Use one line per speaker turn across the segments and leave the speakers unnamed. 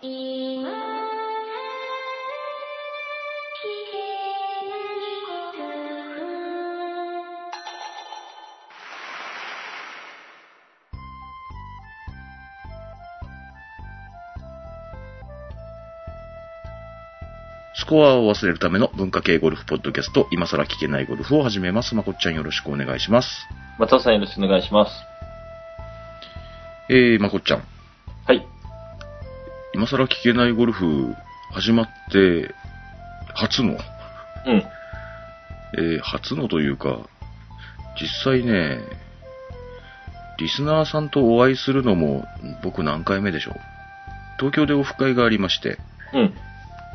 今は聞けないこと
スコアを忘れるための文化系ゴルフポッドキャスト、今更聞けないゴルフを始めます。まこっちゃんよろしくお願いします。
松尾さんよろしくお願いします。
えー、まこっちゃん、
はい。
今更聞けないゴルフ始まって、初の、
うん。
えー、初のというか、実際ね、リスナーさんとお会いするのも僕何回目でしょう。東京でオフ会がありまして、
うん。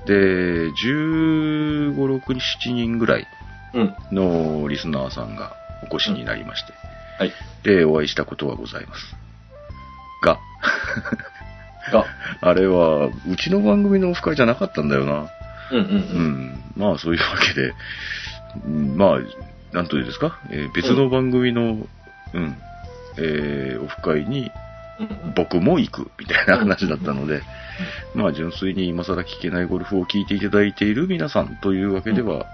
で、15、6、7人ぐらい
うん。
のリスナーさんがお越しになりまして、
はい。
でお会いしたことはございます。が、
が、
あれは、うちの番組のオフ会じゃなかったんだよな。
う
う
んう
んん。まあ、そういうわけで、うんまあ、なんというんですか、えー別の番組の、うん、えーオフ会に
うん。うん
僕も行く、みたいな話だったので、まあ、純粋に今更聞けないゴルフを聞いていただいている皆さんというわけでは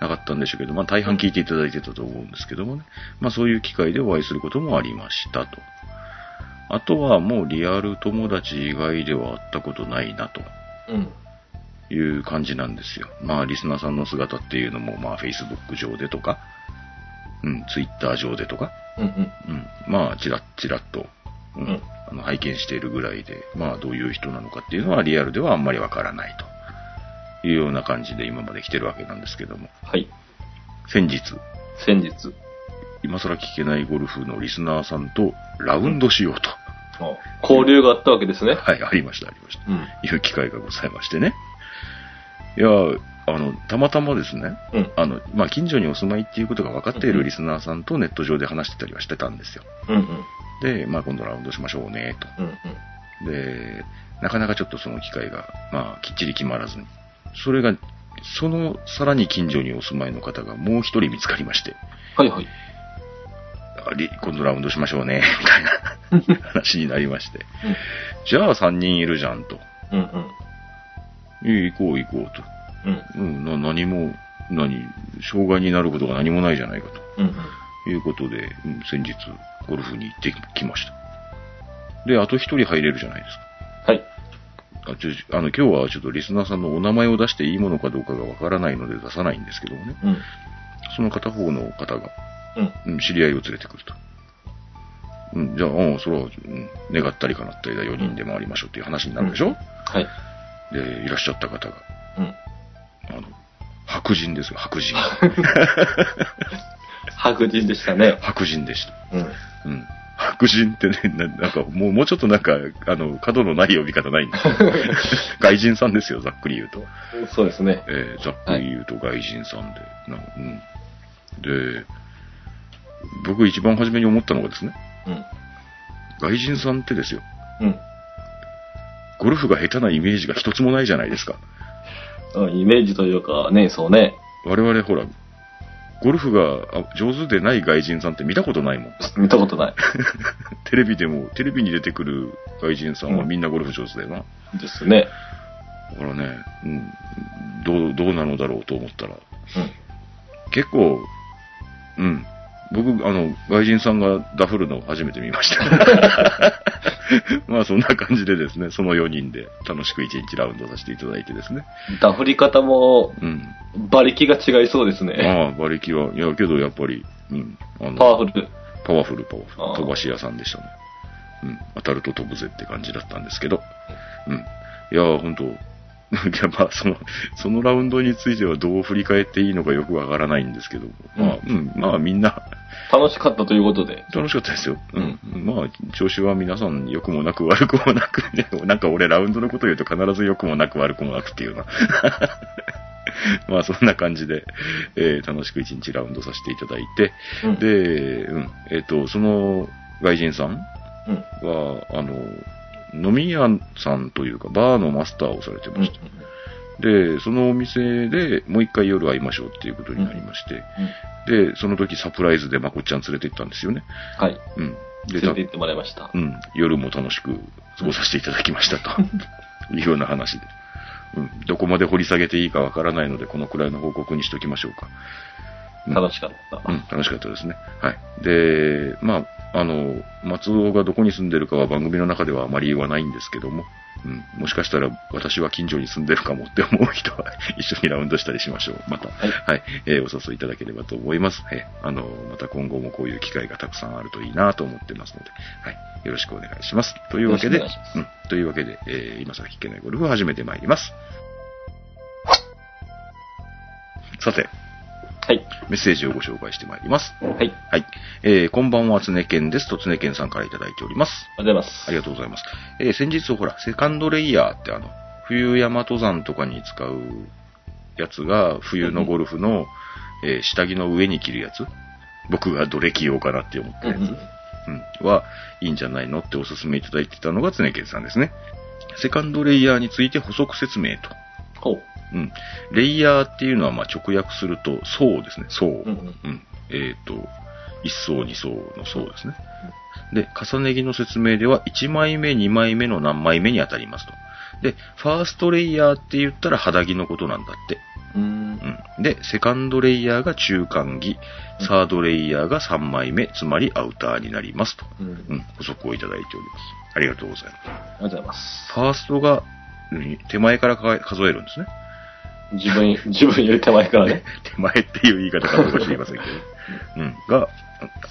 なかったんでしょうけど、まあ、大半聞いていただいてたと思うんですけどもね、まあ、そういう機会でお会いすることもありましたと。あとはもうリアル友達以外では会ったことないな
うん。
という感じなんですよ。まあ、リスナーさんの姿っていうのも、まあ、Facebook 上でとか、うん、Twitter 上でとか、
うんうん。
うん、まあ、ちらっちらっと、うん
うん
あの拝見しているぐらいで、まあ、どういう人なのかっていうのはリアルではあんまりわからないというような感じで今まで来てるわけなんですけども、
はい。
先日、
先日。
今更聞けないゴルフのリスナーさんとラウンドしようと、
あ交流があったわけですね。
はい、ありました、ありました。
うん。
いう機会がございましてね。いや、あの、たまたまですね、
うん
あの、まあ、近所にお住まいっていうことが分かってい
うんう
る
ん
リスナーさんとネット上で話してたりはしてたんですよ。
うんうん。
で、まあ、今度ラウンドしましょうね、と。
うんうん。
で、なかなかちょっとその機会が、まあ、きっちり決まらずに。それが、そのさらに近所にお住まいの方がもう一人見つかりまして、
はいはい。
あり今度ラウンドしましょうね、 みたいな話になりまして。じゃあ3人いるじゃんと。
うんうん。
いい行こう行こう
うん
と。うん、な何も、何、障害になることが何もないじゃないか
うんうん。
ということで、うん先日、ゴルフに行ってきました。で、あと一人入れるじゃないですか。
はい。
あちょあの今日はちょっとリスナーさんのお名前を出していいものかどうかがわからないので出さないんですけどもね、
うん。
その片方の方が、
うん。
うん、知り合いを連れてくると。うん、じゃあ、うん、それは、うん、願ったり叶ったりだ、4人で回りましょうっていう話になるでしょ、
はい。
で、いらっしゃった方が、
うん。
あの、白人ですよ、白人。
白人でしたね。
白人でした。
うん。
うん。白人ってね、ななんか、もう、もうちょっとなんか、あの、角のない呼び方ないんですよ。外人さんですよ、ざっくり言うと。
そうですね。
えーざっくり言うと外人さんで、なんかうん、で、僕一番初めに思ったのがですね、
うん。
外人さんってですよ、
うん。
ゴルフが下手なイメージが一つもないじゃないですか。
あイメージというか、ね、そうね。
我々ほら、ゴルフがあ上手でない外人さんって見たことないもん。
見たことない。
テレビでも、テレビに出てくる外人さんは
うん
みんなゴルフ上手だよな。
ですね。
だからね、うん、どう、どうなのだろうと思ったら、
うん。
結構、うん。僕、あの、外人さんがダフるのを初めて見ま した。まあそんな感じでですね、その4人で楽しく1日ラウンドさせていただいてですね。
ダフり方も、
うん。
馬力が違いそうですね。
まあ馬力は、いやけどやっぱり、うん。あの
パワフル。
パワフルパワ
あ
フ
あ
ル。飛ばし屋さんでしたね。うん。当たると飛ぶぜって感じだったんですけど。うん。いやー、ほん と。いや、まあ、その、そのラウンドについてはどう振り返っていいのかよくわからないんですけど、まあ、うん、まあみんな、
楽しかったということで。
楽しかったですよ。うん。まあ、調子は皆さん良くもなく悪くもなく、ね、 なんか俺ラウンドのこと言うと必ず良くもなく悪くもなくっていうな。 まあ、そんな感じで、えー楽しく一日ラウンドさせていただいて、
うん
で、うん、えっ、と、その外人さん
うん。
は、あの、飲み屋さんというか、バーのマスターをされてました。で、そのお店でもう一回夜会いましょうっていうことになりまして、で、その時サプライズでまこっちゃん連れて行ったんですよね。
はい。
うん。で、
連れて行ってもらいました。
うん、夜も楽しく過ごさせていただきましたと。いうような話で。うん、どこまで掘り下げていいかわからないので、このくらいの報告にしときましょうか。うん
楽しかった。
うん、楽しかったですね。はい。で、まあ、あの、松尾がどこに住んでるかは番組の中ではあまり言わないんですけども、うん、もしかしたら私は近所に住んでるかもって思う人は一緒にラウンドしたりしましょう。また、
はい
はい、えーお誘いいただければと思います。えーあの、また今後もこういう機会がたくさんあるといいなと思ってますので、はい、よろしくお願いします。というわけで、
よろしくお
うん、というわけで、えー今更聞けないゴルフを始めてまいります。さて、
はい。
メッセージをご紹介してまいります。
はい。ありが
はい。えー、こんばんは、つねけんです。とつねけんさんからいただいております。
とうございます。
ありがとうございます。えー、先日、ほら、セカンドレイヤーってあの、冬山登山とかに使うやつが、冬のゴルフの、えー下着の上に着るやつ僕がどれ着ようかなって思ってるやつ、
うんうん
うん、は、いいんじゃないのっておすすめいただいてたのがつねけんさんですね。セカンドレイヤーについて補足説明と。
ほう。
うん。レイヤーっていうのは、まあ、直訳すると、層ですね。層。
うんうん。
うん。えっ、と、1層2層の層ですね。で、重ね着の説明では、1枚目、2枚目の何枚目に当たりますと。で、ファーストレイヤーって言ったら肌着のことなんだって。
うーん。
うん。で、セカンドレイヤーが中間着、サードレイヤーが3枚目、つまりアウターになりますと。
うん。
うん、補足をいただいております。ありがとうございます。
ありがとうございます。
ファーストが、うん手前からか数えるんですね。
自分、自分より手前からね。
手前っていう言い方かどうか知りませんけど。うん。が、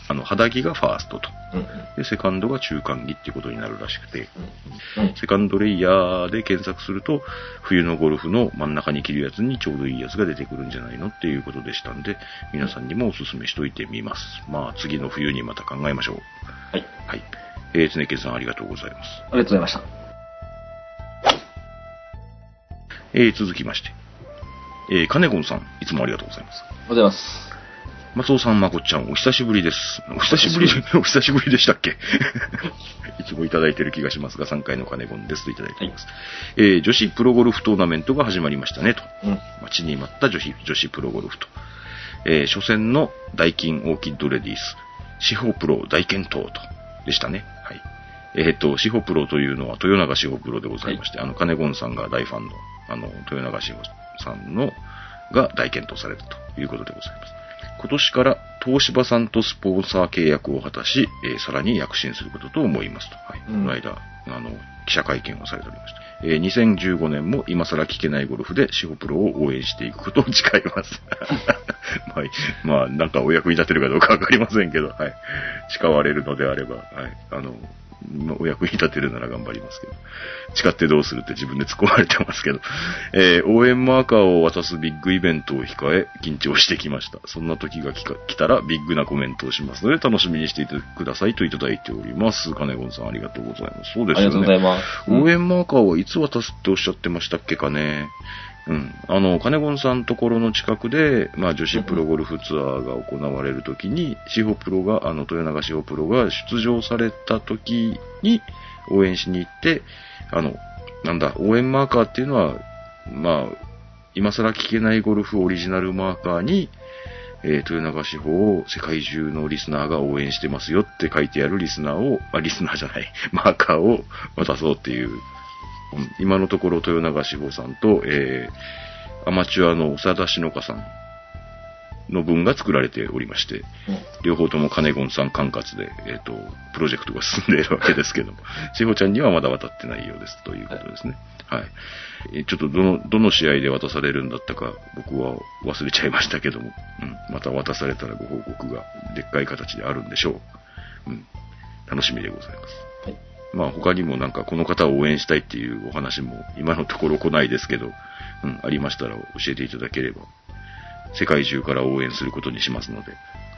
あの、肌着がファーストと。
うんうん。
で、セカンドが中間着っていうことになるらしくて、
うんうん。
セカンドレイヤーで検索すると、冬のゴルフの真ん中に着るやつにちょうどいいやつが出てくるんじゃないのっていうことでしたんで、皆さんにもおすすめしといてみます。まあ、次の冬にまた考えましょう。
はい。
はい。えー、つねけんさんありがとうございます。
ありがとうございました。
えー、続きまして、えー、カネゴンさん、いつもありがとうございます。
おはようございます。
松尾さん、まこっちゃん、お久しぶりです。お久しぶり、お久しぶりでしたっけ いつもいただいてる気がしますが、3回の金ゴンですといただいています。えー女子プロゴルフトーナメントが始まりましたねと。
うん。
待ちに待った女子、女子プロゴルフと。えー初戦の大金オーキッドレディース、司法プロ大健闘と、でしたね。はい。えっ、と、司法プロというのは豊永司法プロでございまして、あの、金ゴンさんが大ファンの、あの、豊永司法さんの、が大健闘されたということでございます。今年から東芝さんとスポンサー契約を果たし、えーさらに躍進することと思いますと。はい。
うん
この間、あの、記者会見をされておりました。えー2015年も今更聞けないゴルフでシホプロを応援していくことを 誓います。はい。まあ、なんかお役に立てるかどうかわかりませんけど、はい。誓われるのであれば、はい。あの、まあお役に立てるなら頑張りますけど。誓ってどうするって自分で突っ込まれてますけど、 えー応援マーカーを渡すビッグイベントを控え、緊張してきました。そんな時が来か来たらビッグなコメントをしますので、楽しみにしていてくださいといただいております。金子さん、ありがとうございます。そう
あ
で
り
すよね。
がとうございます。
応援マーカーはいつ渡すっておっしゃってましたっけかね。うん。あの、金ゴンさんところの近くで、まあ、女子プロゴルフツアーが行われるときに、司法プロが、あの、豊永司法プロが出場されたときに、応援しに行って、あの、なんだ、応援マーカーっていうのは、まあ、今更聞けないゴルフオリジナルマーカーに、えー、豊永志保を世界中のリスナーが応援してますよって書いてあるリスナーを、あ、リスナーじゃない、マーカーを渡そうっていう、うん今のところ豊永志保さんと、えー、アマチュアの長田篠香さんの文が作られておりまして、
うん
両方とも金ゴンさん管轄で、えっ、と、プロジェクトが進んでいるわけですけども、志保ちゃんにはまだ渡ってないようですということですね。はい。えちょっとどの、どの試合で渡されるんだったか、僕は忘れちゃいましたけども、うん。また渡されたらご報告がでっかい形であるんでしょう。うん。楽しみでございます。
はい
まあ他にもなんかこの方を応援したいっていうお話も今のところ来ないですけど、うん、ありましたら教えていただければ、世界中から応援することにしますので、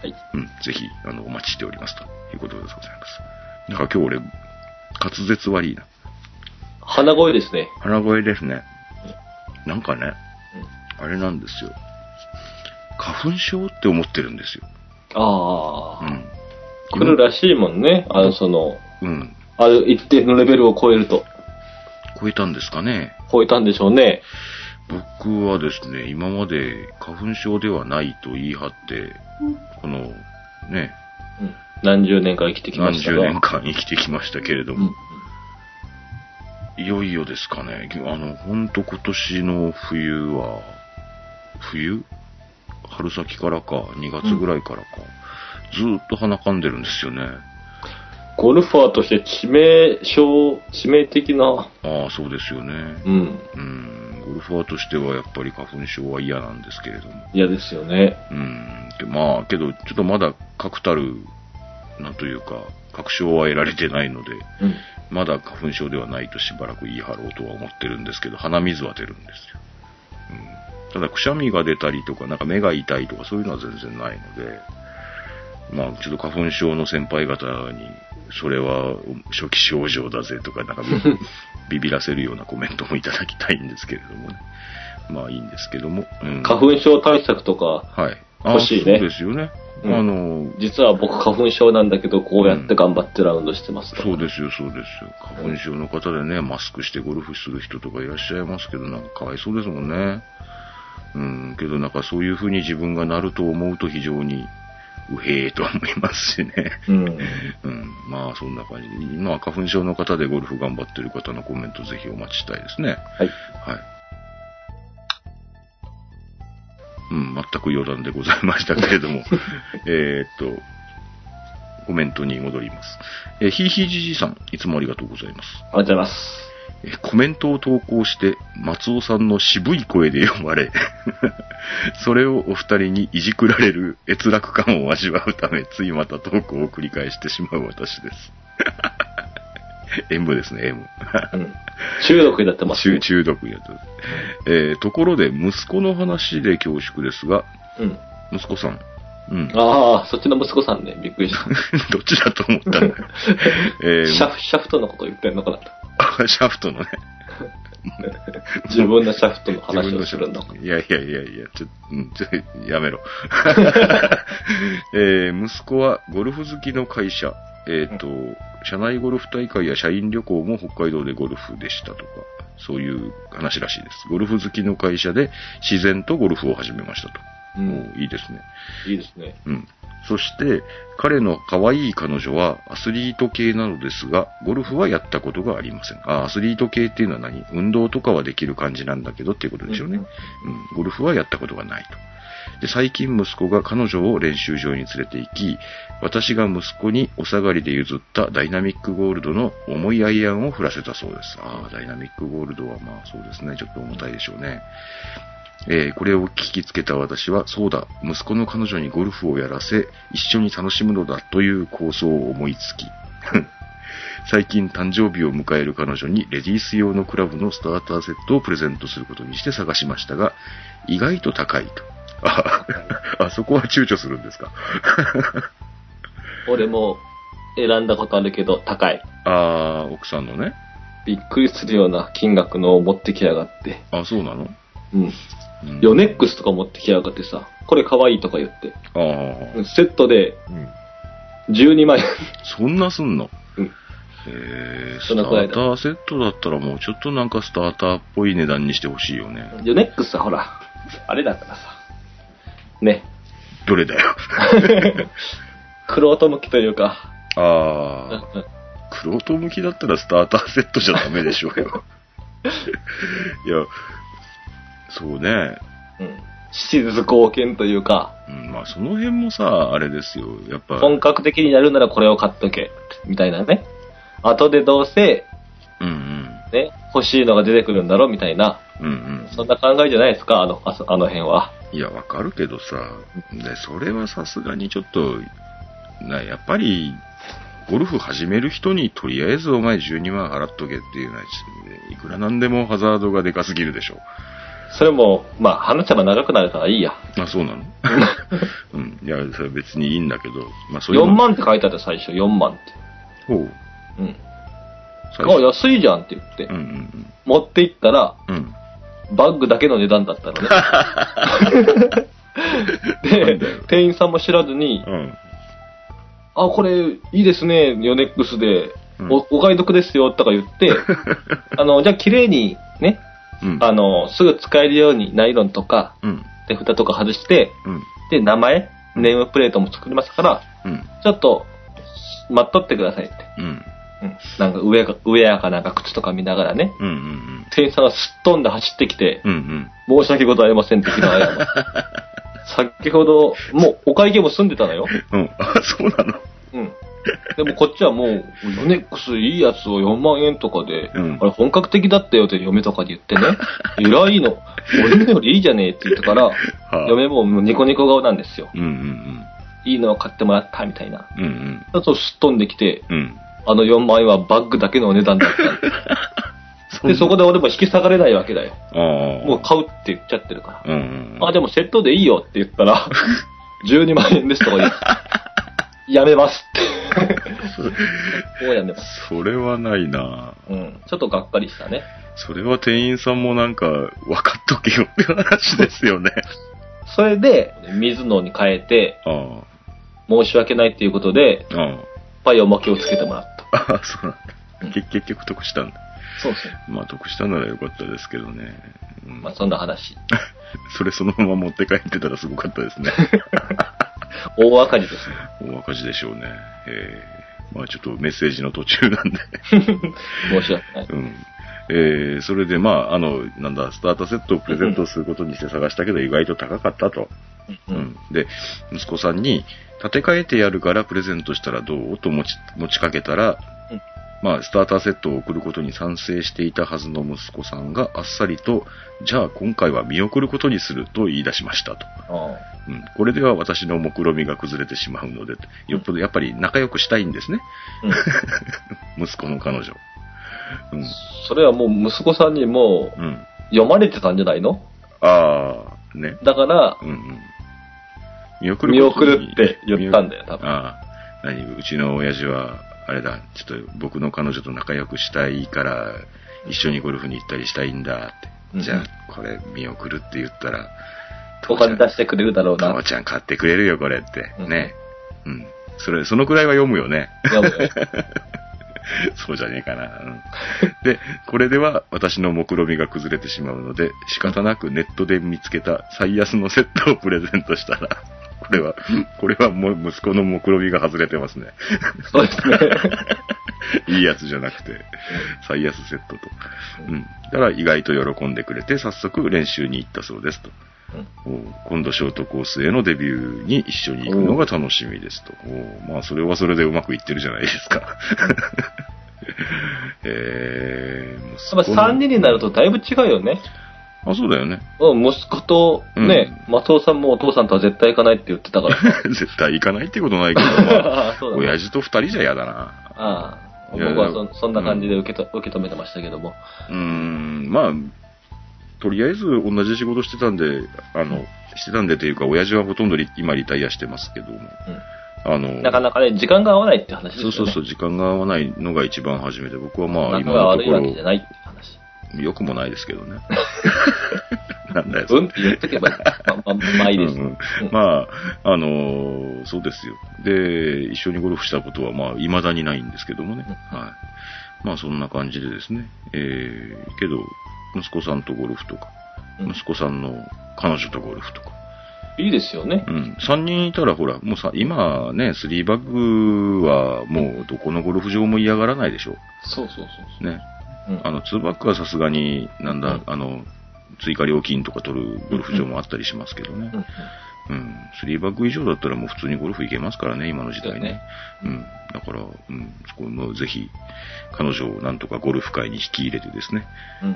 はい。
うん、ぜひ、あの、お待ちしておりますということでございます。なんか今日俺、滑舌悪いな。
鼻声ですね。
腹声ですね。なんかね、あれなんですよ。花粉症って思ってるんですよ。
あ
う
あ、
ん。
来るらしいもんね。あの、その、
うん。
ある一定のレベルを超えると。
超えたんですかね。
超えたんでしょうね。
僕はですね、今まで花粉症ではないと言い張って、この、ね、
うん。何十年か生きてきま
何
した
十
が。
年間生きてきましたけれど
うん
も、。いよいよですかね。あの、ほんと今年の冬は、冬春先からか、2月ぐらいからか、ずーっと鼻かんでるんですよね。
ゴルファーとして致命傷、致命的な、
ああ、そうですよね。
うん、
うん、ゴルファーとしてはやっぱり花粉症は嫌なんですけれども。
嫌ですよね。
うん、でまあ、けど、ちょっとまだ確たる、なんというか、確証は得られてないので、
うん。
まだ花粉症ではないとしばらく言い張ろうとは思ってるんですけど、鼻水は出るんですよ。うん、ただ、くしゃみが出たりとか、なんか目が痛いとか、そういうのは全然ないので、まあ、ちょっと花粉症の先輩方に、それは初期症状だぜとか、なんかビビらせるようなコメントもいただきたいんですけれどもね。まあいいんですけども。うん
花粉症対策とか、
はい。あ
欲しいね
そうですよね。
うん
あの、
実は僕花粉症なんだけど、こうやって頑張ってラウンドしてます。
そうですよ、そうですよ。花粉症の方でね、マスクしてゴルフする人とかいらっしゃいますけど、なんかかわいそうですもんね。うん、けどなんかそういう風に自分がなると思うと非常に、うへーと思いますしね。
うん。
うん、まあそんな感じで、今は花粉症の方でゴルフ頑張ってる方のコメントぜひお待ちしたいですね。
はい。
はい。うん、全く余談でございましたけれども、えーっと、コメントに戻ります。えーひいひいじじいさん、いつもありがとうございます。
ありがとうございます。
えーコメントを投稿して、松尾さんの渋い声で読まれ、 それをお二人にいじくられる閲楽感を味わうため、ついまた投稿を繰り返してしまう私 です。演舞ですね、演舞。
うん。中毒になってます、
中中毒やつ、えーところで、息子の話で恐縮ですが、
うん。
息子さん。うん。
ああ、そっちの息子さんね、びっくりした。
どっちだと思ったんだ よ。えー
シャフ、シャフトのこと言ってんのかなと。
あシャフトのね。
自分のシャフトの
自
話
分
を
の
す
シャ
る
フ
んだ。
ト。いやいやいやいや、ちょ、うん、ちょ、やめ ろ。えー息子はゴルフ好きの会社、えっ、と、社内ゴルフ大会や社員旅行も北海道でゴルフでしたとか、そういう話らしいです。ゴルフ好きの会社で自然とゴルフを始めましたと。
う
お
ん。
ーいいですね。
いいですね。
うん。そして、彼の可愛い彼女はアスリート系なのですが、ゴルフはやったことがありません。あ、アスリート系っていうのは何運動とかはできる感じなんだけどっていうことでしょうね。うん。ゴルフはやったことがないと。で、最近息子が彼女を練習場に連れて行き、私が息子にお下がりで譲ったダイナミックゴールドの重いアイアンを振らせたそうです。ああ、ダイナミックゴールドはまあそうですね。ちょっと重たいでしょうね。えーこれを聞きつけた私は、そうだ、息子の彼女にゴルフをやらせ、一緒に楽しむのだという構想を思いつき、 最近誕生日を迎える彼女にレディース用のクラブのスターターセットをプレゼントすることにして探しましたが、意外と高いと。あ、 あそこは躊躇するんですか。
俺も選んだことあるけど、高い。
あー奥さんのね。
びっくりするような金額のを持ってきやがって。
あ、そうなの、
うん。
うん
ヨネックスとか持ってきやがってさ、これ可愛いとか言って。
あー、
うんセットで
うん
12万円。
そんなすんの、
うん
えー、ス
そ
タ
のくらい
ー
だ
ターセットだったらもうちょっとなんかスターターっぽい値段にしてほしいよね。
ヨネックスはほら、あれだからさ。 ね。
どれだ よ。
クロート向きというか。うん
ああ、
うん
クロート向きだったらスターターセットじゃダメでしょう よ。いや、そうね。
うん。静貢献というか、
うん、まあその辺もさ、あれですよ。やっぱ、
本格的にやるならこれを買っとけ。みたいなね。後でどうせ、
うんうん。
ね、欲しいのが出てくるんだろうみたいな。
うんうん。
そんな考えじゃないですか、あの、あそあの辺は。
いや、わかるけどさ、で、それはさすがにちょっと、な、やっぱり、ゴルフ始める人にとりあえずお前12万払っとけっていうのは、いくらなんでもハザードがでかすぎるでしょ。
それも、まあ、話せば長くなるからいいや。
あ、そうなの うん。いや、それは別にいいんだけど、まあそういう
4
の。
万って書いてあった最初、4万って。
ほう。
うん。
最
あ、
初
安いじゃんって言って。
うんうん
持って行ったら、
うん。うん。
バッグだけの値段だったのね。
なん
で
だよ、
店員さんも知らず に、
うん。
あ、これ、いいですね、ヨネックスで、
うん
おお買い得ですよ、とか 言って、あの、じゃあ綺麗に、ね、
うん。
あの、すぐ使えるようにナイロンとか、
うん。
で、蓋とか外して、
うん。
で、名前、
うん
ネームプレートも作りますから、
うん。
ちょっと、待っとってくださいって。
うん。
うん。なんかウェアか、ウェアかなんか靴とか見ながらね、
うんうん
店員さんがすっ飛んで走ってきて、
うん。うんうん。
申し訳ございません的な謝 り。先ほど、もうお会計も済んで たのよ。
うん。あ、そうなの
うん。でもこっちはもう、ヨネックスいいやつを4万円とかで、
うん
あれ本格的だったよって嫁とかに言っ てね、偉いの、俺のよりいいじゃねえって言ったから、
はあ
嫁ももうニコニコ顔なんですよ。
うんうん
いいのを買ってもらったみたいな。
うん。うん
だとすっ飛んできて、
うん。うん。
あの4万円はバッグだけのお値段だった。 で、そこで俺も引き下がれないわけだよ。
ああ。
もう買うって言っちゃってるから。
うんうんうん。
あ、でもセットでいいよって言った ら、12万円ですとか 言う。やめますって。もうやめます。
それはないな
うん。ちょっとがっかりしたね。
それは店員さんもなんか、分かっとけよって話です よね。
それで、水野に変えて、
あ
申し訳ないっていうことで、いっ
あ。あ
ぱいおまけをつけてもらった。
あ。ああ、そうなんだ。結結局得したんだ。
そうですね。
まあ得したならよかったですけどね。うん
まあそんな話。
それそのまま持って帰ってたらすごかったですね。
大赤字ですね。
大赤字でしょうね。ええまあちょっとメッセージの途中 なんで。
申し訳ない。
うん。えー、それで、まあ、あの、なんだ、スターターセットをプレゼントすることにして探したけど、意外と高かったと。
う
うんん。で、息子さんに、立て替えてやるからプレゼントしたらどうと持ち、持ちかけたら
うん、
まあ、スターターセットを送ることに賛成していたはずの息子さんがあっさりと、じゃあ今回は見送ることにすると言い出しましたと。
あ
うん、これでは私の目論見みが崩れてしまうので、よっぽどやっぱり仲良くしたいんですね。
ーうん
息子の彼女。うん。
それはもう息子さんにもう
うん。
読まれてたんじゃないの
ああ、ね。
だから、
うんうん。見送
見
こと
送
に
るって言ったんだよ、多分。
ああ、何うちの親父は、あれだ、ちょっと僕の彼女と仲良くしたいから、一緒にゴルフに行ったりしたいんだって。
うん
じゃあ、これ見送るって言ったら、
お金出してくれるだろうな。
父ちゃん買ってくれるよ、これって。
うん
ね。うん。それ、そのくらいは読むよね。
いやもう
そうじゃねえかな。うんで、これでは私の目論見みが崩れてしまうので、仕方なくネットで見つけた最安のセットをプレゼントしたら、これは、これはもう息子の目論見みが外れてますね。
そうですね。
いいやつじゃなくて、最安セットと。うん。だから意外と喜んでくれて、早速練習に行ったそうですと。おう今度ショートコースへのデビューに一緒に行くのが楽しみですと。おうまあ、それはそれでうまくいってるじゃないですか。 えー、息
やっ
子の
ぱ3人になるとだいぶ違うよね。
あ、そうだよね。
うん、息子とね、松尾さんもお父さんとは絶対行かないって言ってたか らさ。
絶対行かないってことないけ ど、まあ、
ああ、そうだね。
親父と二人じゃ嫌だな。
ああ
いや
僕はそそんな感じで受けと、受け止めてましたけども。
うーん、まあ、とりあえず同じ仕事してたんで、あの、してたんでというか、親父はほとんどリ今リタイアしてますけども、あの、
なかなかね、時間が合わないって話です
そ
よ
う
ね。
そうそう、時間が合わないのが一番初めで、僕はまあ、
仲
今
が
のと
悪い
こ
わけじゃ
ろ、
ないって話。
良くもないですけ どね。なんだよ、
うんって言っとけばいい。まあ、まあ、まあいいです。
うんうん
うん
まあ、あのーそうですよ。で、一緒にゴルフしたことは、まあ、未だにないんですけどもね。
うん
はい。まあ、そんな感じでですね。えー、けど、息子さんとゴルフとか、
うん
息子さんの彼女とゴルフとか。
いいですよね
う。ん。三人いたら、ほら、もうさ、今ね、スリーバッグは、もう、どこのゴルフ場も嫌がらないでしょ
そうそうそう
う。ね。
そう。うん
あの、ツーバックはさすがに、なんだ、
うん
あの、追加料金とか取るゴルフ場もあったりしますけどね。
うんうん
うん、3バッグ以上だったらもう普通にゴルフ行けますからね、今の時代ね。
そうね
うん、だから、うん、そこもぜひ、彼女をなんとかゴルフ界に引き入れてですね、
うん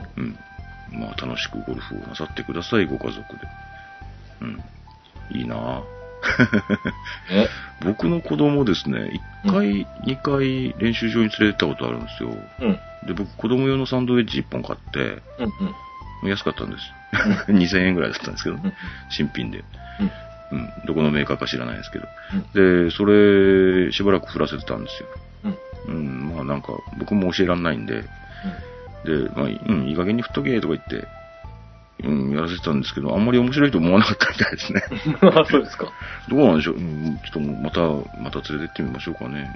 うん、まあ楽しくゴルフをなさってください、ご家族で。うん、いいなぁ。
ね
僕の子供ですね、1回、2回練習場に連れてったことあるんですよ。
うん
で、僕子供用のサンドウェッジ1本買って、
うん
安かったんです。2000円ぐ らいだったんですけどね、
うん
新品で。
うん
うん、どこのメーカーか知らないですけど。で、それ、しばらく振らせてたんですよ。
うん
うん、まあなんか、僕も教えらんないんで、で、まあ、うん、いい加減に振っとけとか言って、うん、やらせてたんですけど、あんまり面白いと思わなかったみたいですね。
うん。そうですか。
どうなんでしょう、うん、ちょっともうまた、また連れてってみましょうかね。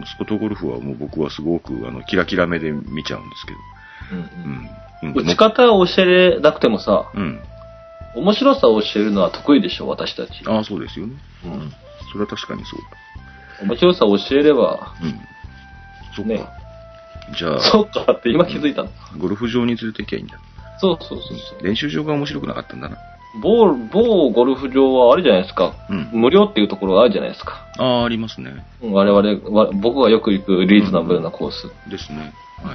息子とゴルフはもう僕はすごく、あの、キラキラ目で見ちゃうんですけど。
うん
うん。
うん打ち方を教えれなくてもさ、
うん。
面白さを教えるのは得意でしょ、私たち。
ああ、そうですよね。
うん
それは確かにそうだ。
面白さを教えれば、
うん。そっか。
ね
じゃあ、
そっかって今気づいたの。
ゴルフ場に連れて行きゃいいんだ。
そうそうそうそ
練習場が面白くなかったんだな。
う。某、某ゴルフ場はあれじゃないですか。
うん。
無料っていうところがあるじゃないですか。
ああ、ありますね。
うん我々わ、僕がよく行くリーズナブルなコース。
ですね。はい。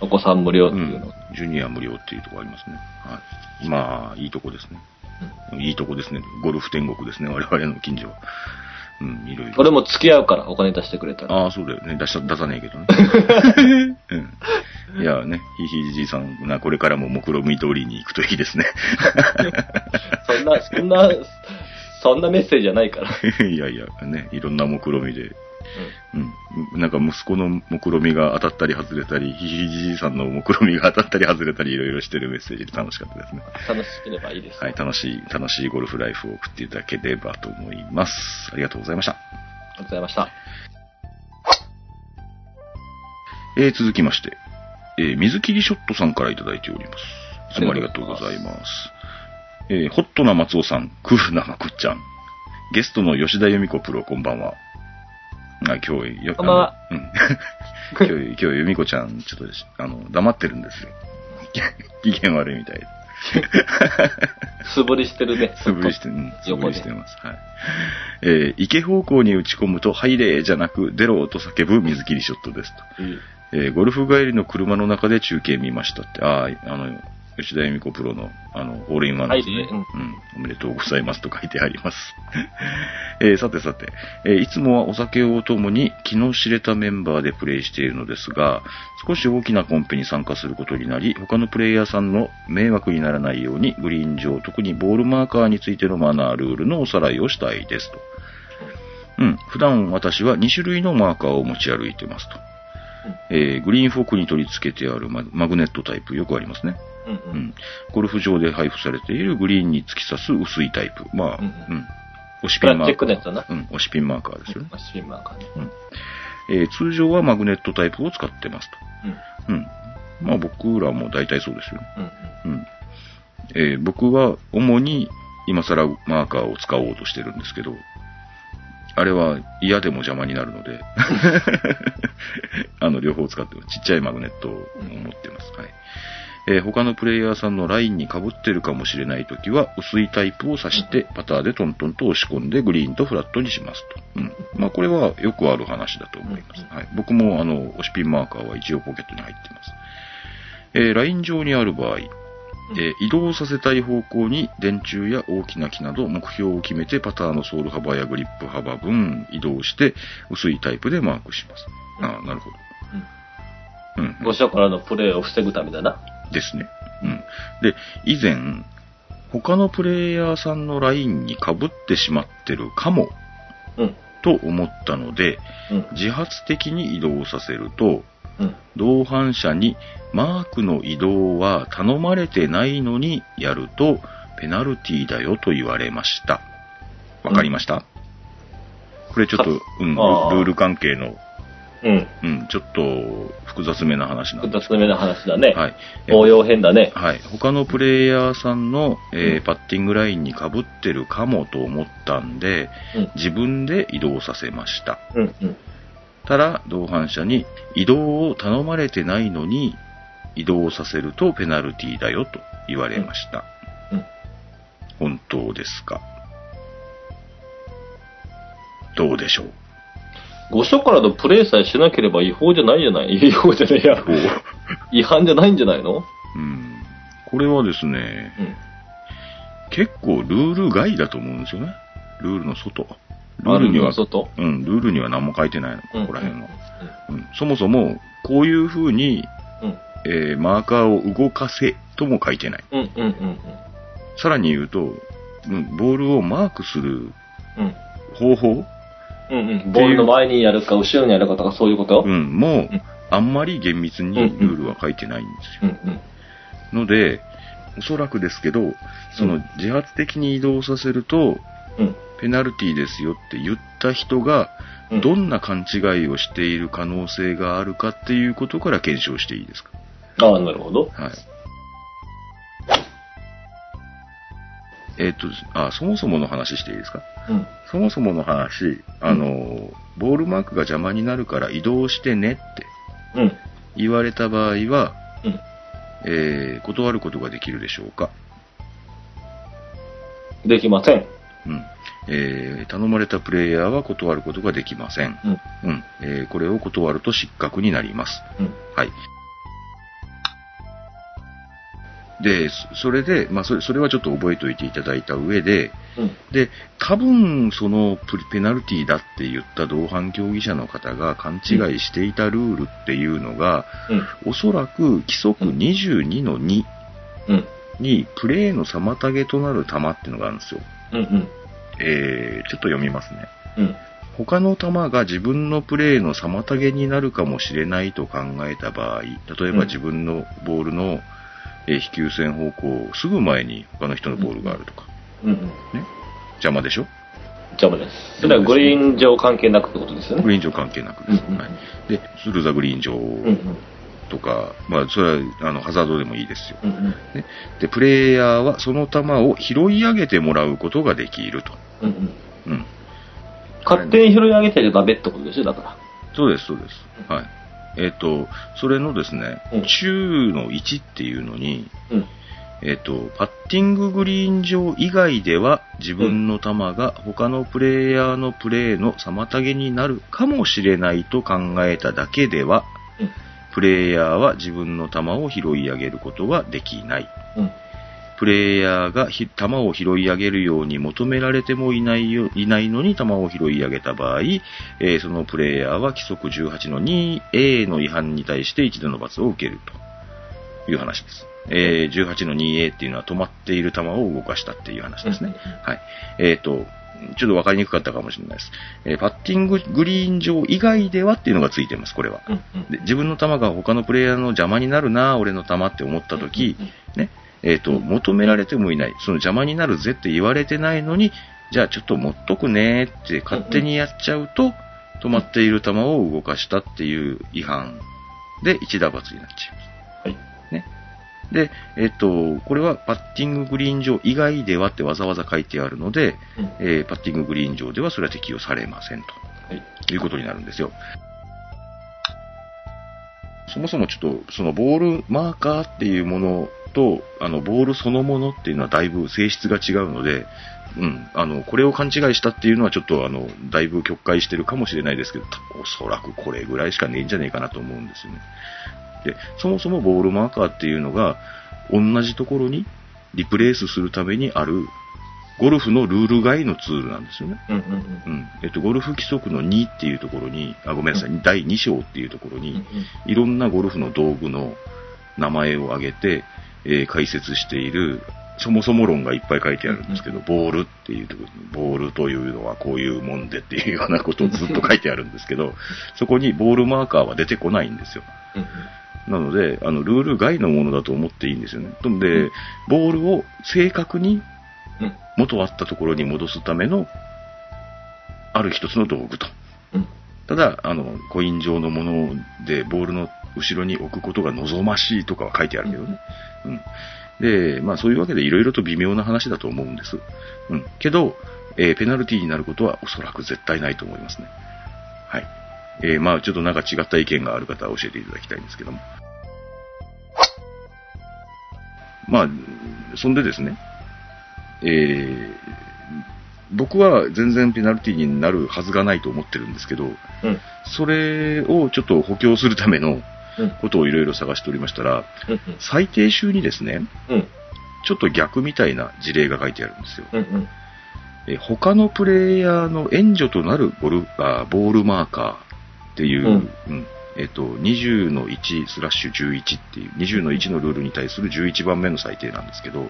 お子さん無料って
う
いうの。
ん。ジュニア無料っていうとこありますね。はい。まあ、いいとこですね。いいとこですね。ゴルフ天国ですね。我々の近所は。うん、いろいろ。
俺も付き合うから、お金出してくれたら。
ああ、そうだよね。出した、出さねえけどね。うん。いやね、ひいひいじいさんがこれからも目論見通りに行くといいですね。
そんな、そんな、そんなメッセージじゃないから。
いやいや、ね、いろんな目論見で、うん。なんか息子の目論見が当たったり外れたり、ひいひいじいさんの目論見が当たったり外れたり、いろいろしてるメッセージで楽しかったですね。
楽しければいいです。
はい、楽しい、楽しいゴルフライフを送っていただければと思います。ありがとうございました。
ありがとうございました。
えー続きまして、えー水切りショットさんからいただいております。いつもありがとうございます。えーホットな松尾さん、クールなまくっちゃん、ゲストの吉田由美子プロ、こんばんは。あ、今日、よ
こんばんは
あのうん。 今日、今日、由美子ちゃん、ちょっとです、あの、黙ってるんですよ。機嫌悪いみたいで。
素振りしてるね。
素振りして、うん、素振
横
り
で
してます。はい。えー池方向に打ち込むと、ハイレーじゃなく、出ろと叫ぶ水切りショットですと。
うん
えーゴルフ帰りの車の中で中継見ましたって、ああ、あの、吉田由美子プロの、あの、オールインワンですね、
はいね
うん。おめでとうございますと書いてあります。 えーさてさて、えーいつもはお酒をともに気の知れたメンバーでプレイしているのですが、少し大きなコンペに参加することになり、他のプレイヤーさんの迷惑にならないように、グリーン上、特にボールマーカーについてのマナー、ルールのおさらいをしたいですと。うん、普段私は2種類のマーカーを持ち歩いてますと。えーグリーンフォークに取り付けてあるママグネットタイプ、よくありますね。
うん
う
うん
ん。ゴルフ場で配布されているグリーンに突き刺す薄いタイプ。まあ、う
うんん。
押し
プ
ピン
ラ
マ
スチ
ー
ック
カ
の
ー
や。つだな。
うん、押しピンマーカーですよね。
マシンマーカーね。
えー通常はマグネットタイプを使ってます
うん
と。うん。まあ僕らも大体そうですよね。
うん
うん。えー僕は主に今更マーカーを使おうとしてるんですけど、あれは嫌でも邪魔になるので、 あの、両方使ってますちっちゃいマグネットを持ってます。はい。えー他のプレイヤーさんのラインに被ってるかもしれないときは、薄いタイプを刺して、パターでトントンと押し込んで、グリーンとフラットにしますと。うん。まあ、これはよくある話だと思います。はい。僕も、あの、押しピンマーカーは一応ポケットに入ってます。えーライン上にある場合、えー移動させたい方向に電柱や大きな木など目標を決めてパターのソール幅やグリップ幅分移動して薄いタイプでマークします。あーなるほど。うん、
うん。後ろからのプレーを防ぐためだな。
ですね。うん。で、以前、他のプレイヤーさんのラインに被ってしまってるかも
うん。
と思ったので、
うん。
自発的に移動させると、
うん。
同伴者にマークの移動は頼まれてないのにやるとペナルティーだよと言われました。わかりました、これちょっと、うん、ル
あー
ルール関係の、
うん。
うん、ちょっと複雑めな話なんで
二つ目の話だね。
はい。え
応用編だね。
はい。他のプレイヤーさんの、えー
うん
パッティングラインに被ってるかもと思ったんで、
うん
自分で移動させました。
うんうん。
ただ、同伴者に移動を頼まれてないのに移動させるとペナルティーだよと言われました。
うん
本当ですかどうでしょう
後ろからのプレーさえしなければ違法じゃないじゃない違法じゃねえや。
おう
違反じゃないんじゃないの
うんこれはですね、
うん。
結構ルール外だと思うんですよね。ルールの外。ルー
あ
ル
る
に
の
は、
外。
うん、ルールには何も書いてないの、
うん
ここら辺は。うん、そもそも、こういう風に、
うん。
えーマーカーを動かせとも書いてない。
うんうんうん
さらに言うと、うんボールをマークする
うん。うん。
方法、
うんうん。ボールの前にやるか、後ろにやるかとか、そういうこと
うん、も
うん
あんまり厳密にルールは書いてないんです
う
よ。
んう
の
ん。
で、おそらくですけど、その
うん
自発的に移動させると、
うん
ペナルティーですよって言った人が、
うん。
どんな勘違いをしている可能性があるかっていうことから検証していいですか。
ああ、なるほど。
はい。えっと、あ、そもそもの話していいですか
うん。
そもそもの話、あの、ボールマークが邪魔になるから移動してねって
うん。
言われた場合は、
うん
えー断ることができるでしょうか、
できません。
うんえー頼まれたプレイヤーは断ることができません、
うん
うんえーこれを断ると失格になります、
うん
はい。で、そそれで、まあそれ、それはちょっと覚えておいていただいた上で、
うん。
で、多分、そのプリ、ペナルティだって言った同伴競技者の方が勘違いしていたルールっていうのが、
うん。
おそらく規則
うん
22の2
うん。
に、プレーの妨げとなる球っていうのがあるんですよ。
うん。
えー、ちょっと読みますね。
うん。
他の球が自分のプレーの妨げになるかもしれないと考えた場合、例え
うん
ば自分のボールの、えー飛球線方向すぐ前に他の人のボールがあるとか、
うん。うん。
邪魔でしょ
邪魔です。それはグリーン上関係なくってことですよ
グリ
ね。
ーン上関係なくです。
うんうん
はい、で、スルーザグリーン上
うん。うん。
とか、まあ、それはあのハザードでもいいですよ。
うん。うん。
で、プレイヤーはその球を拾い上げてもらうことができると。
うんうん。
うん。
勝手に拾い上げてればべってことでしょ、だか
そうです、そうです。はい。えっ、と、それのですね、
うん
中の1っていうのに、
ら。うん。
えっと、パッティンググリーン上以外では自分の球が他のプレイヤーのプレーの妨げになるかもしれないと考えただけでは、
うん
プレイヤーは自分の球を拾い上げることはできない。
うん。
プレイヤーがひ球を拾い上げるように求められてもいないよいないのに球を拾い上げた場合、えーそのプレイヤーは規則18の 2A の違反に対して一度の罰を受けるという話です。えー18の 2A っていうのは止まっている球を動かしたっていう話ですね。はい。えっ、と、ちょっとわかりにくかったかもしれないです。えーパッティンググリーン上以外ではっていうのがついてます、これは。
うん。うん。
で自分の球が他のプレイヤーの邪魔になるな、俺の球って思った時、ね、えっ、と、求められてもいない、その邪魔になるぜって言われてないのに、じゃあちょっと持っとくねって勝手にやっちゃうと、止まっている球を動かしたっていう違反で一打罰になっちゃいます。
はい。
で、えっ、と、これはパッティンググリーン上以外ではってわざわざ書いてあるので、
うん。
えーパッティンググリーン上ではそれは適用されませんと。
はい。
いうことになるんですよ。そもそもちょっと、そのボールマーカーっていうものと、あの、ボールそのものっていうのはだいぶ性質が違うので、うん、あの、これを勘違いしたっていうのはちょっと、あの、だいぶ曲解してるかもしれないですけど、おそらくこれぐらいしかねえんじゃねえかなと思うんですよね。で、そもそもボールマーカーっていうのが、同じところにリプレイスするためにある、ゴルフのルール外のツールなんですよね。
うん。うん。
うんえっと、ゴルフ規則の2っていうところに、あごめんなさい、第2章っていうところ
うん
に、。いろんなゴルフの道具の名前を挙げて、えー解説している、そもそも論がいっぱい書いてあるんですけど、ボールっていうところに、ボールというのはこういうもんでっていうようなことをずっと書いてあるんですけど、そこにボールマーカーは出てこないんですよ。
うん。
なので、あの、ルール外のものだと思っていいんですよね。なの
う
で
ん、
ボールを正確に
うん。
元あったところに戻すための、ある一つの道具と。
うん。
ただ、あの、コイン状のもので、ボールの後ろに置くことが望ましいとかは書いてあるけどね。うん。で、まあそういうわけでいろいろと微妙な話だと思うんです。うん。けど、えーペナルティーになることはおそらく絶対ないと思いますね。はい。えーまあちょっとなんか違った意見がある方は教えていただきたいんですけども。まあ、そんでですね、えー僕は全然ペナルティーになるはずがないと思ってるんですけど、
うん。
それをちょっと補強するための
うん。
ことをいろいろ探しておりましたら、
うん。
最低集にですね、
うん。
ちょっと逆みたいな事例が書いてあるんですよ。
うん。うん。
え他のプレイヤーの援助となるボルあボールマーカーっていう、
うん
うんえっと、20の1スラッシュ11っていう、20の1のルールに対する11番目の最低なんですけど、
うん。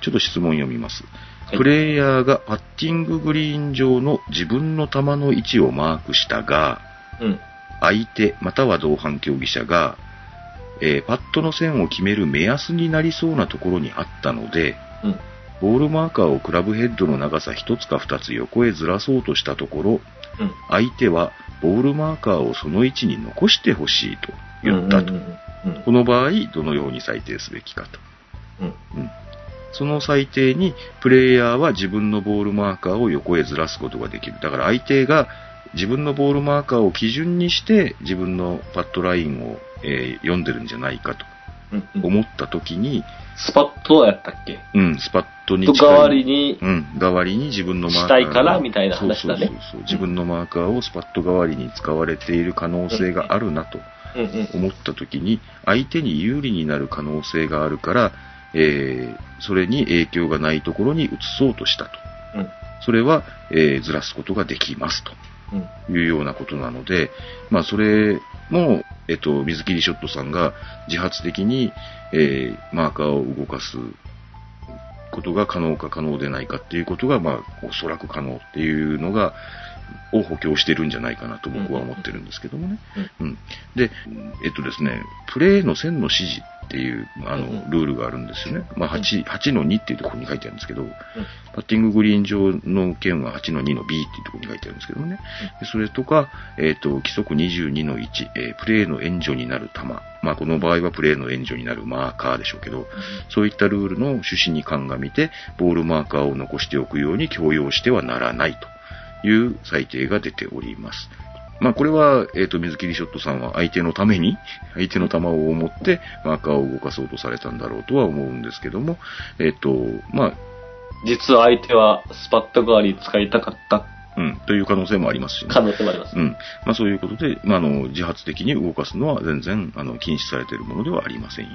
ちょっと質問読みます。
い
プレイヤーがパッティンググリーン上の自分の球の位置をマークしたが、
うん。
相手または同伴競技者が、えーパットの線を決める目安になりそうなところにあったので、
うん。
ボールマーカーをクラブヘッドの長さ1つか2つ横へずらそうとしたところ、
うん。
相手はボールマーカーをその位置に残してほしいと言ったと。
うん。
この場合、どのように裁定すべきかと。
うん。
その裁定に、プレイヤーは自分のボールマーカーを横へずらすことができる。だから相手が自分のボールマーカーを基準にして、自分のパッドラインをえー読んでるんじゃないかと
うんうん、
思った時に、
スパッとやったっけ
うん、スパッとに
と
近い
代わりに、
うん、代わりに自分のマーカー
したいからみたいな話だね
そうそうそうそう自分のマーカーをスパッと代わりに使われている可能性があるなと
うんうん
思った時に相手に有利になる可能性があるから、えーそれに影響がないところに移そうとしたと
うん
それは、えーずらすことができます
うん
というようなことなので、まあ、それも、えっと、水切りショットさんが自発的に、えーマーカーを動かすことが可能か可能でないかっていうことが、まあ、おそらく可能っていうのが、を補強してるんじゃないかなと僕は思ってるんですけどもね。うん。で、えっとですね、プレイの線の指示っていう、あの
うんうん、
ルールがあるんですよね。まあ、8、8の2っていうところに書いてあるんですけど、パッティンググリーン上の件は8の2の B っていうところに書いてあるんですけどね。でそれとか、えっ、と、規則22の1、えープレイの援助になる球。まあ、この場合はプレイの援助になるマーカーでしょうけど、そういったルールの趣旨に鑑みて、ボールマーカーを残しておくように強要してはならないという裁定が出ております。まあ、これは、えっ、と、水切ショットさんは相手のために、 相手の球を思ってマーカーを動かそうとされたんだろうとは思うんですけども、えっ、と、まあ、
実は相手はスパッと代わりに使いたかった
うん、という可能性もありますしね。
可能性もあります。
うん。まあそういうことで、まああの、自発的に動かすのは全然、あの、禁止されているものではありませんよ。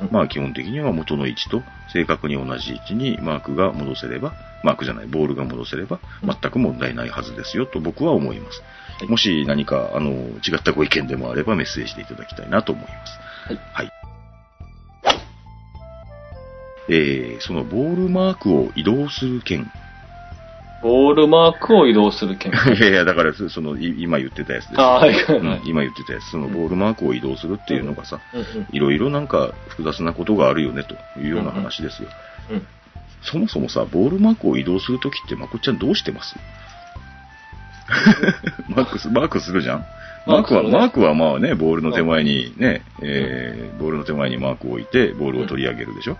うん
まあ基本的には元の位置と正確に同じ位置にマークが戻せれば、マークじゃない、ボールが戻せれば全く問題ないはずですよと僕は思います。
はい
もし何か、あの、違ったご意見でもあればメッセージでいただきたいなと思います。はい。えー、そのボールマークを移動する 件。
ボールマークを移動する 件。
いやいや、だから、そその、い今言ってたやつです。
ああ、はい。う
うんん、今言ってたやつ、そのボールマークを移動するっていうのがさ、
うん
いろいろなんか複雑なことがあるよねというような話ですよ。
うん
そもそもさ、ボールマークを移動するときって、まこっちゃんどうしてます マークす、マークするじゃんマークは、マークはまあね、ボールの手前にね、えーボールの手前にマークを置いて、ボールを取り上げるでしょ、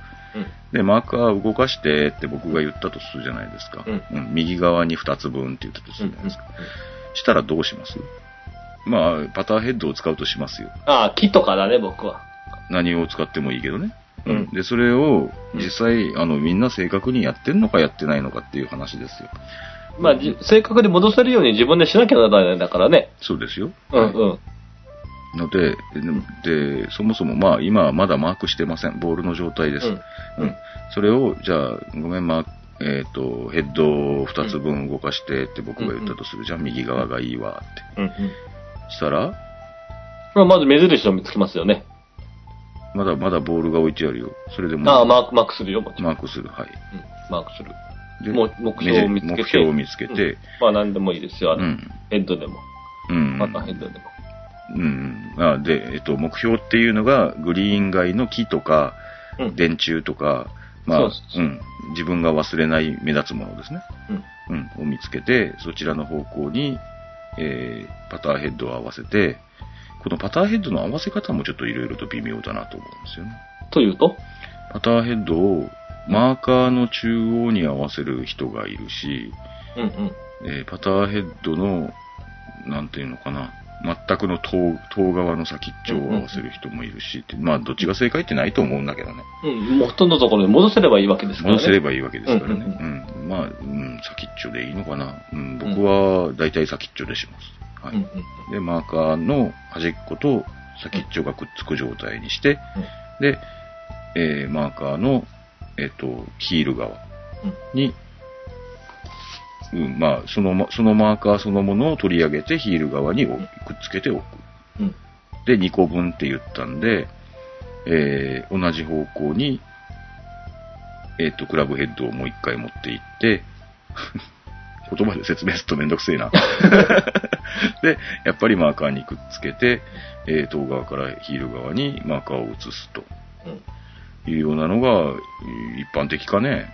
で、マーカーを動かしてって僕が言ったとするじゃないですか。
う
うん右側に2つ分って言ったとするじゃないですか。したらどうしますまあ、パターヘッドを使うとしますよ。
ああ、木とかだね、僕は。
何を使ってもいいけどね。う
うん
ん、で、それを実際、あの、みんな正確にやってんのかやってないのかっていう話ですよ。
まあ、じ正確に戻せるように自分でしなきゃならないんだからね。
そうですよ。
うんうん。
ので、で、でそもそもまあ、今はまだマークしてません。ボールの状態です。
うん
うんそれを、じゃあ、ごめん、まあ、えっ、と、ヘッドを2つ分動かしてって僕が言ったとするじゃん。右側がいいわって。
うんうん。
したら、
まあ、まず目印を見つけますよね。
まだまだボールが置いてあるよ。それでも
ああ、マーク、マークするよ、もちろ
マ
ん。
ークする。はい。
うんマークする。
で
も目標を見つけて
目標を見つけて、
まあ、何でもいいですよ。あ
う
の
ん。
ヘッドでも。
うん。
またヘッドでも。
うんうん。あで、えっと、目標っていうのが、グリーン街の木とか、
うん
電柱とか、まあ、、
そううそうそうん
自分が忘れない目立つものですね。
うん
うん。を見つけて、そちらの方向に、えー、パターヘッドを合わせて、このパターヘッドの合わせ方もちょっといろいろと微妙だなと思うんですよね。
というと
パターヘッドをマーカーの中央に合わせる人がいるし、
うんうん。
えーパターヘッドの、なんていうのかな、全くの遠遠側の先っちょを合わせる人もいるし、ってまあ、どっちが正解ってないと思うんだけどね。
うん、もうほとんどのところに戻せればいいわけですからね。
戻せればいいわけですからね。
うん
うんまあ、うん、先っちょでいいのかな。うん、僕は、大体先っちょでします。はい。
うんうん
で、マーカーの端っこと先っちょがくっつく状態にして、で、えーマーカーの、えっ、と、ヒール側に、うん、まあ、そのま、そのマーカーそのものを取り上げてヒール側におくっつけておく。
うん。
で、2個分って言ったんで、えー同じ方向に、えっ、と、クラブヘッドをもう一回持っていって、 言葉で説明するとめんどくせえな。 で、やっぱりマーカーにくっつけて、えー、遠側からヒール側にマーカーを移す
うん
というようなのが一般的かね。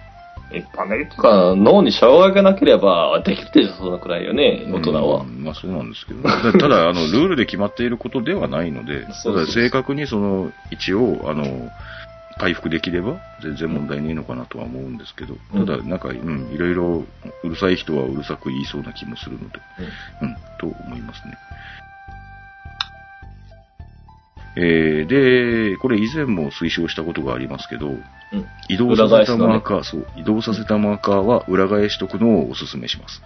一般的とか、脳に障害がなければできるでしょ、そのくらいよね、大人は。
うんまあそうなんですけど、ただただあの、ルールで決まっていることではないので、た
そうそうそう
だ正確にその一応あの回復できれば全然問題ねえのかなとは思うんですけど、
うん
ただなんか、うん、いろいろうるさい人はうるさく言いそうな気もするので、うん、と思いますね。えーで、これ以前も推奨したことがありますけど、
うん
移動させたマーカー、そう、移動させたマーカーは裏返しとくのをおすすめします。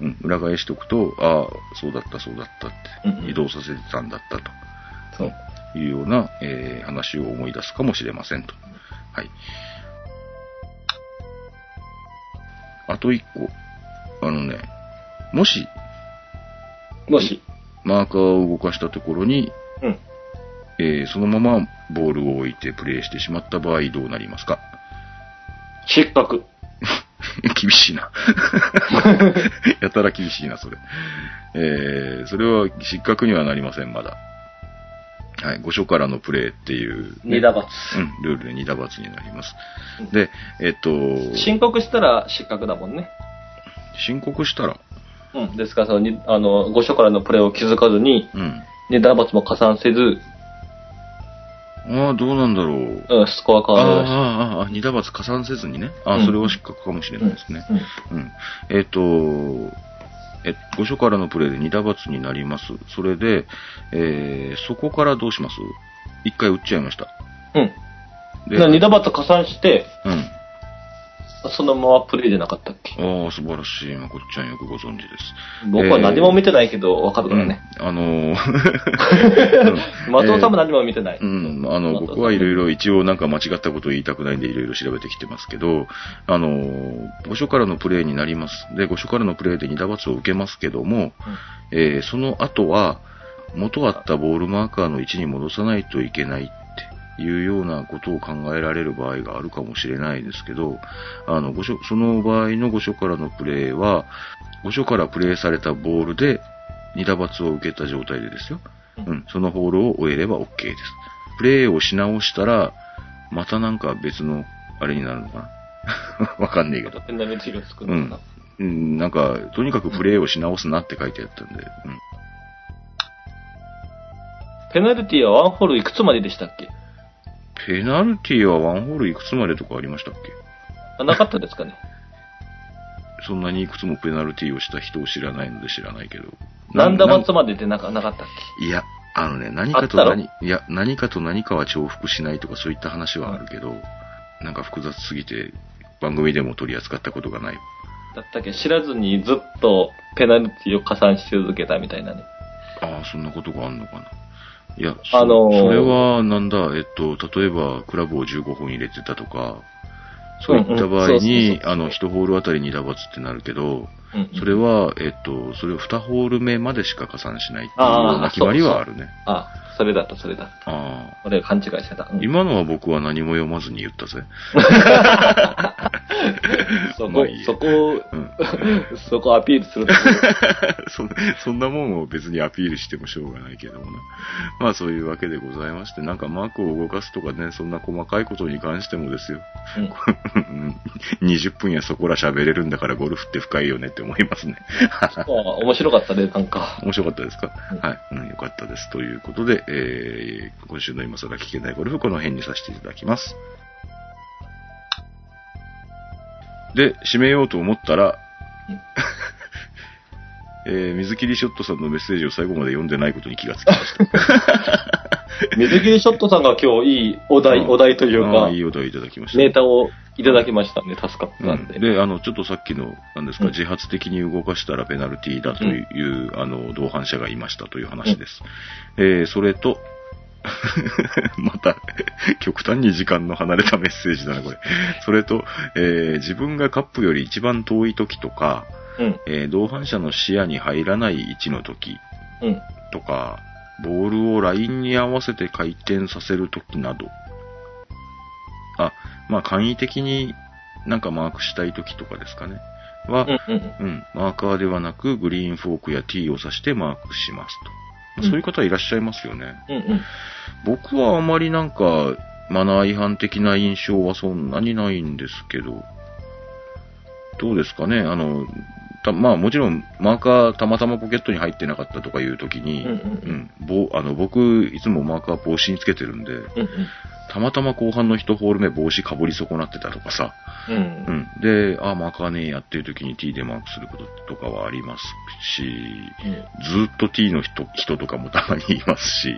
うん
うん、裏返しとくと、ああ、そうだった、そうだったっ
うんうん
て、移動させてたんだった
そう。
というような、えー話を思い出すかもしれませんと。はい。あと一個。あのね、もし、
もし、
マーカーを動かしたところに、
うん
えーそのままボールを置いてプレイしてしまった場合どうなりますか
失格。
厳しいな。やたら厳しいな、それ。えーそれは失格にはなりません、まだ。はい、5所からのプレイっていう、
二打罰。
うん、ルールで二打罰になります
うん。
で、えっと、
申告したら失格だもんね。
申告したら、
うん。ですから、そのに、あの、5所からのプレーを気づかずに、
うん。
二打罰も加算せず、
ああ、どうなんだろう。
うん、スコアカ
あ
ード
あ、
を
ああ、ああ、二打罰加算せずにね。ああ、
うん
それは失格かもしれないですね。
うん
うん。えっ、と、え、5所からのプレーで二打罰になります。それで、えーそこからどうします一回打っちゃいました。
うん。
で、
だから二打罰加算して、
うん。
そのままプレイじゃなかったっけ
ああ、素晴らしい。まこっちゃんよくご存知です。
僕は何も見てないけど、わかるからね。
うん、あの ーうん
松尾さんも何も見てない。
うん、あの、
松尾さん
僕はいろいろ一応なんか間違ったことを言いたくないんでいろいろ調べてきてますけど、あの、5所からのプレーになります。で、5所からのプレーで2打罰を受けますけども、えーその後は、元あったボールマーカーの位置に戻さないといけないっていうようなことを考えられる場合があるかもしれないですけど、あの、5所、その場合の5所からのプレーは、5所からプレーされたボールで2打罰を受けた状態でですよ。うん、そのホールを終えれば OK です。プレイをし直したら、またなんか別の、あれになるのかな わかんねえけど。
ペナルティーが作るのか
うん、なんか、とにかくプレイをし直すなって書いてあったんで、うん。
なペナルティーはワンホールいくつまででしたっけ
ペナルティはワンホールいくつまでとかありましたっけ
あなかったですかね。
そんなにいくつもペナルティをした人を知らないので知らないけど。
何 打
なん
罰まででなかなかったっ
いや、あのね、何かと
あった
何、いや、何かと何かは重複しないとかそういった話はあるけど、なんか複雑すぎて、番組でも取り扱ったことがない
けだったっけ知らずにずっとペナルティーを加算し続けたみたいなね。
ああ、そんなことがあんのかな。いや、
あのー
そそれは、なんだ、えっと、例えば、クラブを15本入れてたとか、そういった場合
うんうんそうそう
に、
そう
あの、1ホールあたり2打罰ってなるけど、
うん。
それは、えっと、それを2ホール目までしか加算しないっていう
あー
ような決まりはあるね。
あ、それだった、それだった。
あ
俺が勘違いしてた。う
あ。
ん
今のは僕は何も読まずに言ったぜ。
そ
ま
こ
あいい、や
そ こを、
うん。
そこをアピールするとこ
そんそんなもんを別にアピールしてもしょうがないけどもな。まあそういうわけでございまして、なんかマークを動かすとかね、そんな細かいことに関してもですよ。
うん
うん20分やそこら喋れるんだからゴルフって深いよねって思いますね。
あ面白かったね、なんか。
面白かったですか、
うん
はい、うん。よかったです。ということで、えー今週の今更聞けないゴルフ、この辺にさせていただきます。で、締めようと思ったら、 えー水切りショットさんのメッセージを最後まで読んでないことに気がつきました。
水切りショットさんが今日いいお題、
うん
お題という
あ
か
ーい、いお題いただきました。
ネタをいただきましたんで、助かったんで。
うんで、あの、ちょっとさっきの、なんですか、
うん
自発的に動かしたらペナルティーだという、あの、同伴者がいましたという話です。えー、それと、 また、極端に時間の離れたメッセージだな、これ。それと、えー自分がカップより一番遠い時とか、
うん。
えー同伴者の視野に入らない位置の時
うん。
とか、ボールをラインに合わせて回転させるときなど、あ、まあ簡易的になんかマークしたいときとかですかね、は、
うん。うん。
うん、マーカーではなくグリーンフォークや T を指してマークしますと。ま
う
あ
ん
そういう方いらっしゃいますよね。
うん。うん。
僕はあまりなんかマナー違反的な印象はそんなにないんですけど、どうですかねあの、たまあもちろんマーカーたまたまポケットに入ってなかったとかいうときに、
うんう
うんん、ぼあの僕、いつもマーカー帽子につけてるんで、
うん
たまたま後半の1ホール目帽子かぶり損なってたとかさ、
うんうん
うん、で、あ、マーカーねえやっていう時に T でマークすることとかはありますし、ずっと T の人人とかもたまにいますし、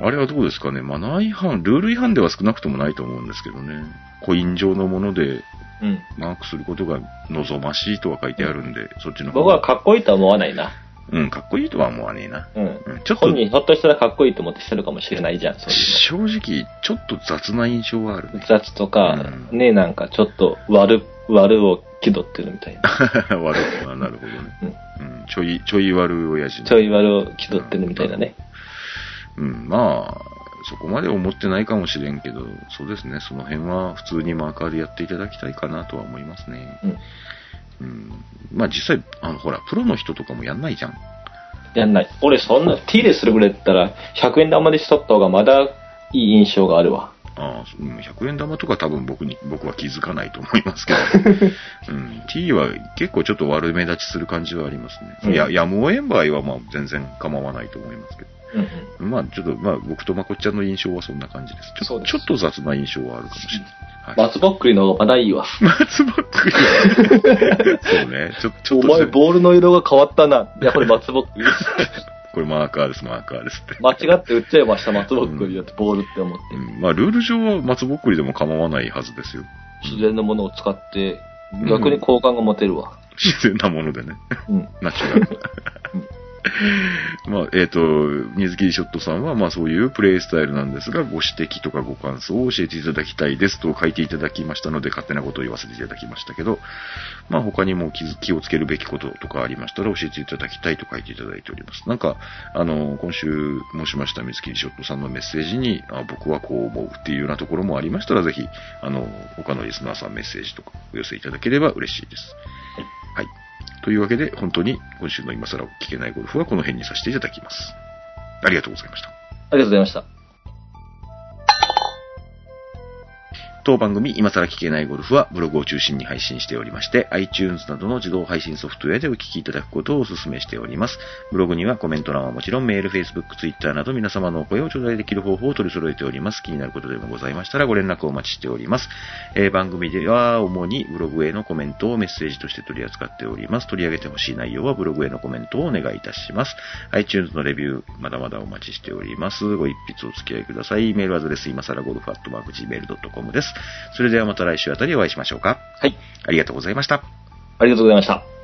あれはどうですかね。マナー違反、ルール違反では少なくともないと思うんですけどね。コイン上のもので
うん。
マークすることが望ましいとは書いてあるんで、そっちの方
僕はかっこいいとは思わないな。
うん、かっこいいとは思わねえな。
うん。
うんちょっと
本、人ひょっとしたらかっこいいと思ってしてるかもしれないじゃん、そういう
正直、ちょっと雑な印象はあるね
の。。雑とか、
う
ね、なんかちょっと悪、悪を気取ってるみたいな。
悪いな、なるほどね。うん、ちょい、ちょい悪い親父ね
ちょい悪を気取ってるみたいなね。
うん、まあ、そこまで思ってないかもしれんけど、そうですね、その辺は普通にマーカーでやっていただきたいかなとは思いますね。
うん。
うん、まあ実際、あの、ほら、プロの人とかもやんないじゃん。
やんない。俺そんな、手入れするぐらいだったら、100円玉でしとった方がまだいい印象があるわ。
ああ、うん100円玉とか多分僕に、僕は気づかないと思います けど。うん、T は結構ちょっと悪目立ちする感じはありますね。
うん
いや、やむを得ん場合はまあ全然構わないと思いますけど。
うんうん。
まあちょっと、まあ僕とまこっちゃんの印象はそんな感じです。ち
そ
ょ
うです
ちょっと雑な印象はあるかもしれない。はい
松ぼっくりの方がまだいいわ。
松ぼっくり。 そうね。ちょ、ちょっとそれ、こ
ボールの色が変わったな。いや、これ松ぼっくり。
れマーカーです、マーカーですって。
間違って打っちゃいました、松ぼっくりだって、ボールって思って。
うんまあ、ルール上は松ぼっくりでも構わないはずですよ。
自然のものを使って、
うん
逆に好感が持てるわ。
自然なものでね。
うん。
ナチュラルな。まあ、えっ、と、水切りショットさんは、まあそういうプレイスタイルなんですが、ご指摘とかご感想を教えていただきたいですと書いていただきましたので、勝手なことを言わせていただきましたけど、まあ他にも気づ気をつけるべきこととかありましたら教えていただきたいと書いていただいております。なんか、あの、今週申しました水切りショットさんのメッセージに、あ僕はこう思うっていうようなところもありましたら、ぜひ、あの、他のリスナーさんメッセージとかお寄せいただければ嬉しいです。はい。というわけで、本当に今週の今更聞けないゴルフはこの辺にさせていただきます。ありがとうございました。
ありがとうございました。
当番組今更聞けないゴルフはブログを中心に配信しておりまして iTunes などの自動配信ソフトウェアでお聞きいただくことをお勧めしておりますブログにはコメント欄はもちろんメール、Facebook、Twitter など皆様のお声を頂戴できる方法を取り揃えております気になることでもございましたらご連絡をお待ちしております、えー番組では主にブログへのコメントをメッセージとして取り扱っております取り上げてほしい内容はブログへのコメントをお願いいたします iTunes のレビュー、まだまだお待ちしております。ご一筆お付き合いください。メールアドレス、今更ゴルフアットマーク Gmail.com です。それではまた来週あたりお会いしましょうか。
はい。
ありがとうございました。
ありがとうございました。